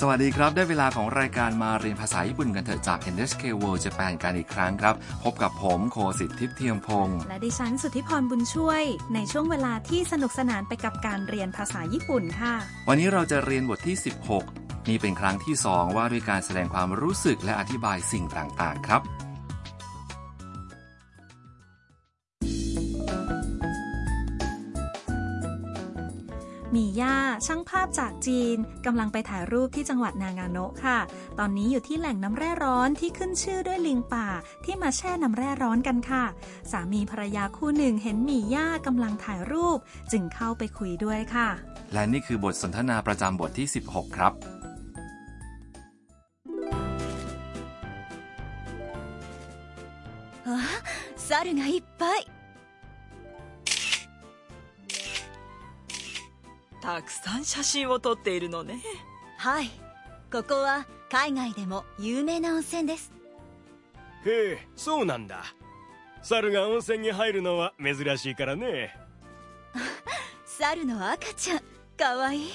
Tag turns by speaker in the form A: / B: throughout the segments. A: สวัสดีครับ ได้เวลาของรายการมาเรียนภาษาญี่ปุ่นกันเถอะจาก NHK World Japan กันอีกครั้งครับ พบกับผมโคสิทธิ์ทิพย์เทียมพงศ์
B: และดิฉันสุทธิพรบุญช่วย ในช่วงเวลาที่สนุกสนานไปกับการเรียนภาษาญี่ปุ่นค่ะ
A: วันนี้เราจะเรียนบทที่ 16 นี่เป็นครั้งที่ 2 ว่าด้วยการแสดงความรู้สึกและอธิบายสิ่งต่างๆครับ
B: มีย่าช่างภาพจากจีนกำลังไปถ่ายรูปที่จังหวัดนางาโนะค่ะ ตอนนี้อยู่ที่แหล่งน้ำแร่ร้อนที่ขึ้นชื่อด้วยลิงป่าที่มาแช่น้ำแร่ร้อนกันค่ะ สามีภรรยาคู่หนึ่งเห็นมีย่ากำลังถ่ายรูป จึงเข้าไปคุยด้วยค่ะ
A: และนี่คือบทสนทนาประจำบทที่ 16 ครับ
C: 猿がいっぱい
D: たくさん写真を撮っているのね
C: はいここは海外でも有名な温泉です
E: へえそうなんだ猿が温泉に入るのは珍しいからね
C: 猿の赤ちゃんかわいい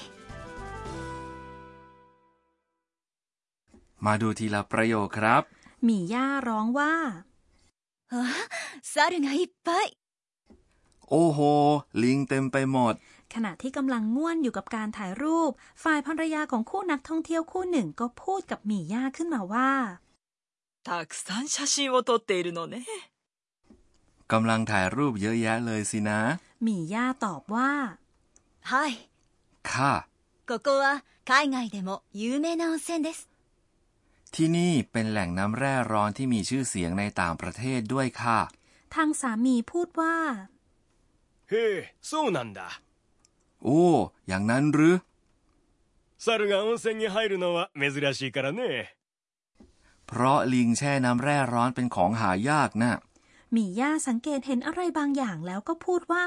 A: มาดูทีละประโยคครับ
B: มีย่าร้องว่า
C: わあ猿がいっぱい
A: โอ้โห ลิงเต็มไปหมด
B: ขณะที่กำลังง่วนอยู่กับการถ่ายรูป ฝ่ายภรรยาของคู่นักท่องเที่ยวคู่หนึ่งก็พูดกับหมี่ย่าขึ้นมาว่า
D: たくさん写真を撮っているのね
A: กำลังถ่ายรูปเยอะแยะเลยสินะ
B: หมี่ย่าตอบว่า
C: はい
A: ค่ะ
C: ここは海外でも有名な温泉です
A: ที่นี่เป็นแหล่งน้ำแร่ร้อนที่มีชื่อเสียงในต่างประเทศด้วยค่ะ
B: ทางสามีพูดว่า
E: へえそうなんだ
A: โอ้ อย่างนั้นหรือ
E: 猿が温泉に入るのは珍しいからね
A: เพราะลิงแช่น้ำแร่ร้อนเป็นของหายากนะ
B: หมี่ย่าสังเกตเห็นอะไรบางอย่างแล้วก็พูดว่า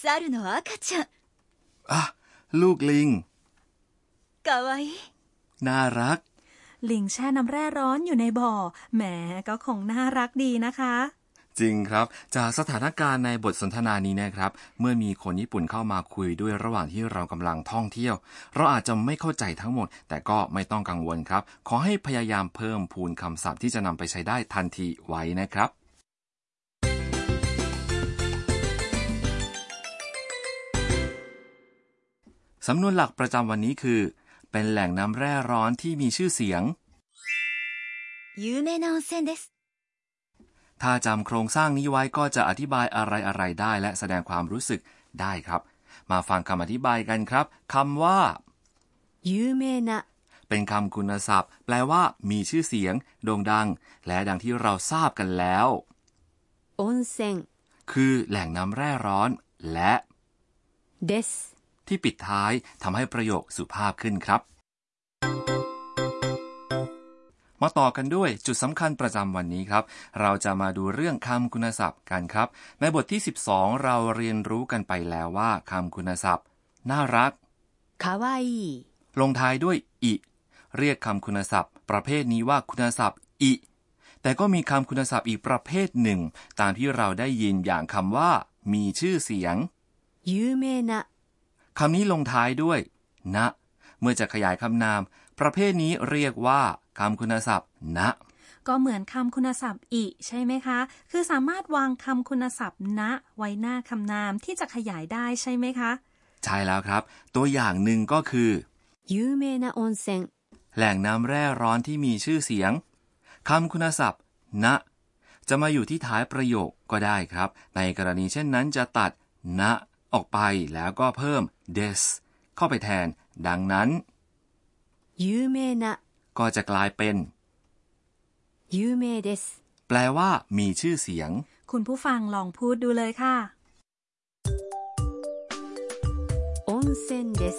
C: 猿の赤ちゃん
A: อ่ะ ลูกลิง
C: かわいい
A: น่ารัก
B: ลิงแช่น้ำแร่ร้อนอยู่ในบ่อ แหมก็คงน่ารักดีนะคะ
A: จริงครับ จากสถานการณ์ในบทสนทนานี้นะครับ เมื่อมีคนญี่ปุ่นเข้ามาคุยด้วยระหว่างที่เรากำลังท่องเที่ยว เราอาจจะไม่เข้าใจทั้งหมด แต่ก็ไม่ต้องกังวลครับ ขอให้พยายามเพิ่มพูนคำศัพท์ที่จะนำไปใช้ได้ทันทีไว้นะครับ สำนวนหลักประจำวันนี้คือ เป็นแหล่งน้ำแร่ร้อนที่มีชื่อเสียง
C: 有名な温泉です
A: ถ้าจำโครงสร้างนี้ไว้ก็จะอธิบายอะไรอะไรๆได้ และแสดงความรู้สึกได้ครับ มาฟังคำอธิบายกันครับคำว่า
C: 有名な
A: เป็นคำคุณศัพท์ แปลว่า มีชื่อเสียง โด่งดัง และดังที่เราทราบกันแล้ว
C: 温泉
A: คือแหล่งน้ำแร่ร้อน และ
C: です
A: ที่ปิดท้ายทำให้ประโยคสุภาพขึ้นครับ มาต่อกันด้วยจุดสำคัญประจำวันนี้ครับ เราจะมาดูเรื่องคำคุณศัพท์กันครับ ในบทที่ 12 เราเรียนรู้กันไปแล้วว่าคำคุณศัพท์ น่ารัก
C: かわいい
A: ลงท้ายด้วยอิ เรียกคำคุณศัพท์ ประเภทนี้ว่าคุณศัพท์อิ แต่ก็มีคำคุณศัพท์อีกประเภทหนึ่ง ตามที่เราได้ยินอย่างคำว่า มีชื่อเสียง
C: 有名な
A: คำนี้ลงท้ายด้วย นะ เมื่อจะขยายคำนาม ประเภทนี้เรียกว่าคำคุณศัพท์ นะ
B: ก็เหมือนคำคุณศัพท์อิใช่ไหมคะ คือสามารถวางคำคุณศัพท์ณไว้หน้าคำนามที่จะขยายได้ใช่ไหมคะ
A: ใช่แล้วครับ ตัวอย่างหนึ่งก็คือ
C: 有名な温泉
A: แหล่งน้ำแร่ร้อนที่มีชื่อเสียงคำคุณศัพท์ นะ จะมาอยู่ที่ท้ายประโยคก็ได้ครับ ในกรณีเช่นนั้นจะตัด นะ ออกไปแล้วก็เพิ่ม des เข้าไปแทน ดังนั้น
C: 有名な
A: ก็จะกลายเป็น
C: 有名です
A: แปลว่า มีชื่อเสียง
B: คุณผู้ฟังลองพูดดูเลยค่ะ
C: 温泉です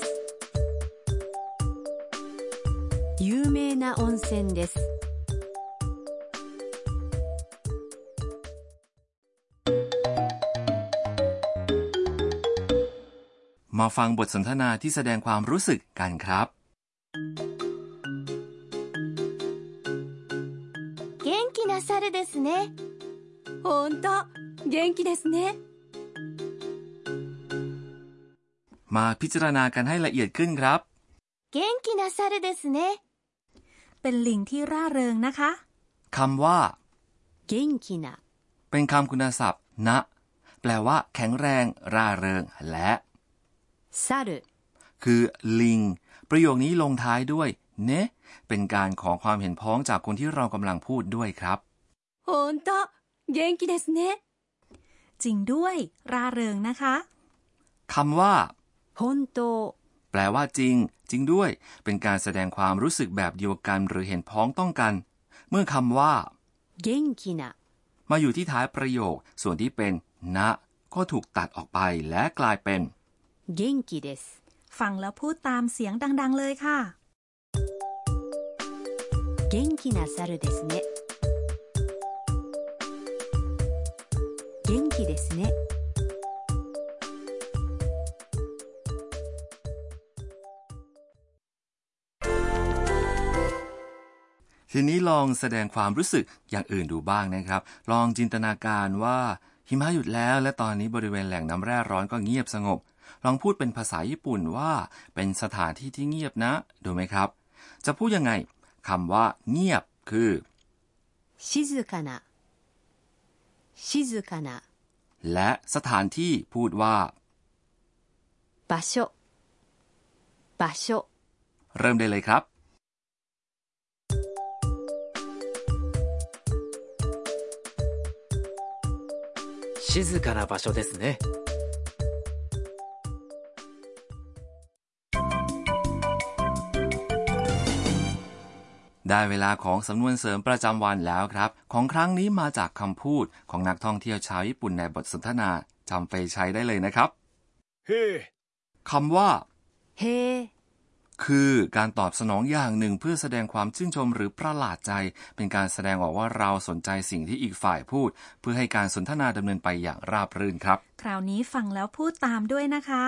C: 有名な温泉です
A: มาฟังบทสนทนาที่แสดงความรู้สึกกันครับ
C: 元気な猿ですね本当元気ですね
A: มาพิจารณากันให้ละเอียดขึ้นครับ
C: 元気な猿ですね
B: เป็นลิงที่ร่าเริงนะคะ
A: คำว่า
C: 元気な
A: เป็นคำคุณศัพท์ นะ แปลว่า แข็งแรง ร่าเริง และ
C: 猿
A: คือลิง ประโยคนี้ลงท้ายด้วย เนะเป็นการขอความเห็นพ้องจากคนที่เรากำลังพูดด้วยครับ
C: 本当元気ですね
B: จริงด้วย ร่าเริงนะคะ
A: คำว่า
C: 本当
A: แปลว่าจริง จริงด้วย เป็นการแสดงความรู้สึกแบบเดียวกันหรือเห็นพ้องต้องกัน เมื่อคำว่า
C: 元気な
A: มาอยู่ที่ท้ายประโยค ส่วนที่เป็น นะ ก็ถูกตัดออกไปและกลายเป็น
C: 元気です
B: ฟังแล้วพูดตามเสียงดัง ๆ เลยค่ะ
C: 元気な猿ですね元気ですね
A: ทีนี้ลองแสดงความรู้สึกอย่างอื่นดูบ้างนะครับ ลองจินตนาการว่าหิมะหยุดแล้ว และตอนนี้บริเวณแหล่งน้ำแร่ร้อนก็เงียบสงบ ลองพูดเป็นภาษาญี่ปุ่นว่า เป็นสถานที่ที่เงียบนะ ดูไหมครับ จะพูดยังไงคำว่าเงียบคือ
C: 静かな静かな
A: และสถานที่พูดว่า
C: 場所場所
A: เริ่มได้เลยครับ
F: 静かな場所ですね
A: ได้เวลาของสำนวนเสริมประจำวันแล้วครับ ของครั้งนี้มาจากคำพูดของนักท่องเที่ยวชาวญี่ปุ่นในบทสนทนาจำไปใช้ได้เลยนะครับ
E: へえ
A: คำว่า
C: へえ
A: คือการตอบสนองอย่างหนึ่งเพื่อแสดงความชื่นชมหรือประหลาดใจ เป็นการแสดงออกว่าเราสนใจสิ่งที่อีกฝ่ายพูด เพื่อให้การสนทนาดำเนินไปอย่างราบรื่นครับ
B: คราวนี้ฟังแล้วพูดตามด้วยนะคะ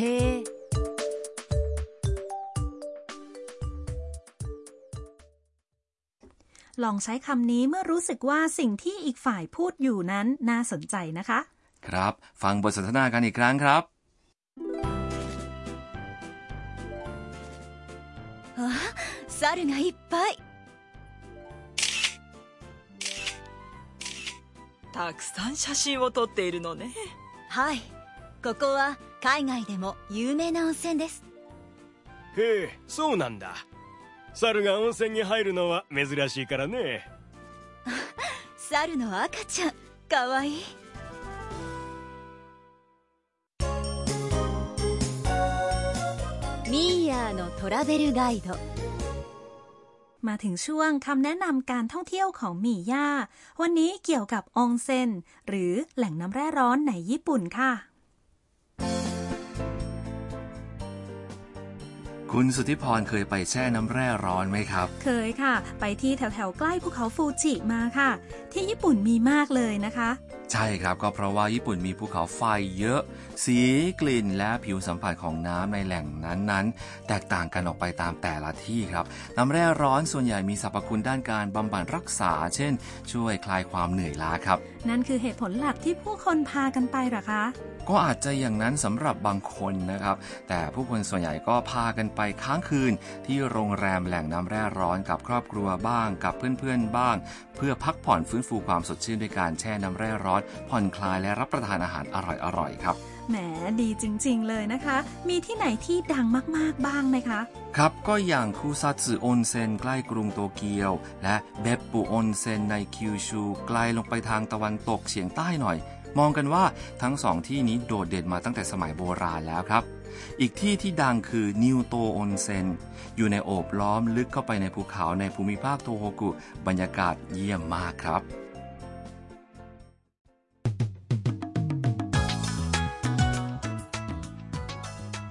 C: へえ
B: ลองใช้คำนี้เมื่อรู้สึกว่าสิ่งที่อีกฝ่ายพูดอยู่นั้นน่าสนใจนะคะ
A: ครับ ฟังบทสนทนากันอีกครั้งครับ
C: 猿がいっぱい
D: たくさん写真を撮っているのね
C: はいここは海外でも有名な温泉です
E: へえそうなんだ猿が温泉に入るのは珍しいからね
C: 猿の赤ちゃんかわいいミーヤーのトラベルガイド
B: มาถึงช่วงคำแนะนำการท่องเที่ยวของหมี่ย่า วันนี้เกี่ยวกับองเซนหรือแหล่งน้ำแร่ร้อนในญี่ปุ่นค่ะ
A: คุณสุทธิพรเคยไปแช่น้ำแร่ร้อนไหมครับ
B: เคยค่ะ ไปที่แถวแถวๆใกล้ภูเขาฟูจิมาค่ะ ที่ญี่ปุ่นมีมากเลยนะคะ
A: ใช่ครับก็เพราะว่าญี่ปุ่นมีภูเขาไฟเยอะ สีกลิ่นและผิวสัมผัสของน้ำในแหล่งนั้นๆ แตกต่างกันออกไปตามแต่ละที่ครับ น้ำแร่ร้อนส่วนใหญ่มีสรรพคุณด้านการบำบัดรักษา เช่น ช่วยคลายความเหนื่อยล้าครับ
B: นั่นคือเหตุผลหลักที่ผู้คนพากันไปเหรอคะ
A: ก็อาจจะอย่างนั้นสำหรับบางคนนะครับ แต่ผู้คนส่วนใหญ่ก็พากันไปค้างคืน ที่โรงแรมแหล่งน้ำแร่ร้อนกับครอบครัวบ้างกับเพื่อนๆบ้าง เพื่อพักผ่อนฟื้นฟูความสดชื่นด้วยการแช่น้ำแร่ร้อน ผ่อนคลายและรับประทานอาหารอร่อยๆครับ
B: แหมดีจริง ๆ เลยนะคะ มีที่ไหนที่ดังมากๆบ้างไหมคะ
A: ครับ ก็อย่างคูซาตสึออนเซ็นใกล้กรุงโตเกียว และเบปปุออนเซ็นในคิวชูไกลลงไปทางตะวันตกเฉียงใต้หน่อย มองกันว่าทั้งสองที่นี้โดดเด่นมาตั้งแต่สมัยโบราณแล้วครับ อีกที่ที่ดังคือนิวโตออนเซ็นอยู่ในโอบล้อมลึกเข้าไปในภูเขาในภูมิภาคโทโฮกุ บรรยากาศเยี่ยมมากครับ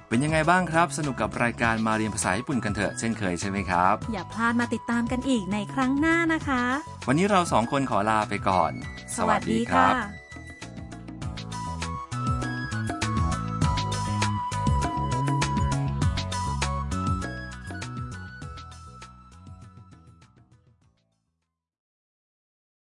A: เป็นยังไงบ้างครับ สนุกกับรายการมาเรียนภาษาญี่ปุ่นกันเถอะเช่นเคยใช่ไหมครับ
B: อย่าพลาดมาติดตามกันอีกในครั้งหน้านะคะ
A: วันนี้เราสองคนขอลาไปก่อน
B: สวัสดีค่ะ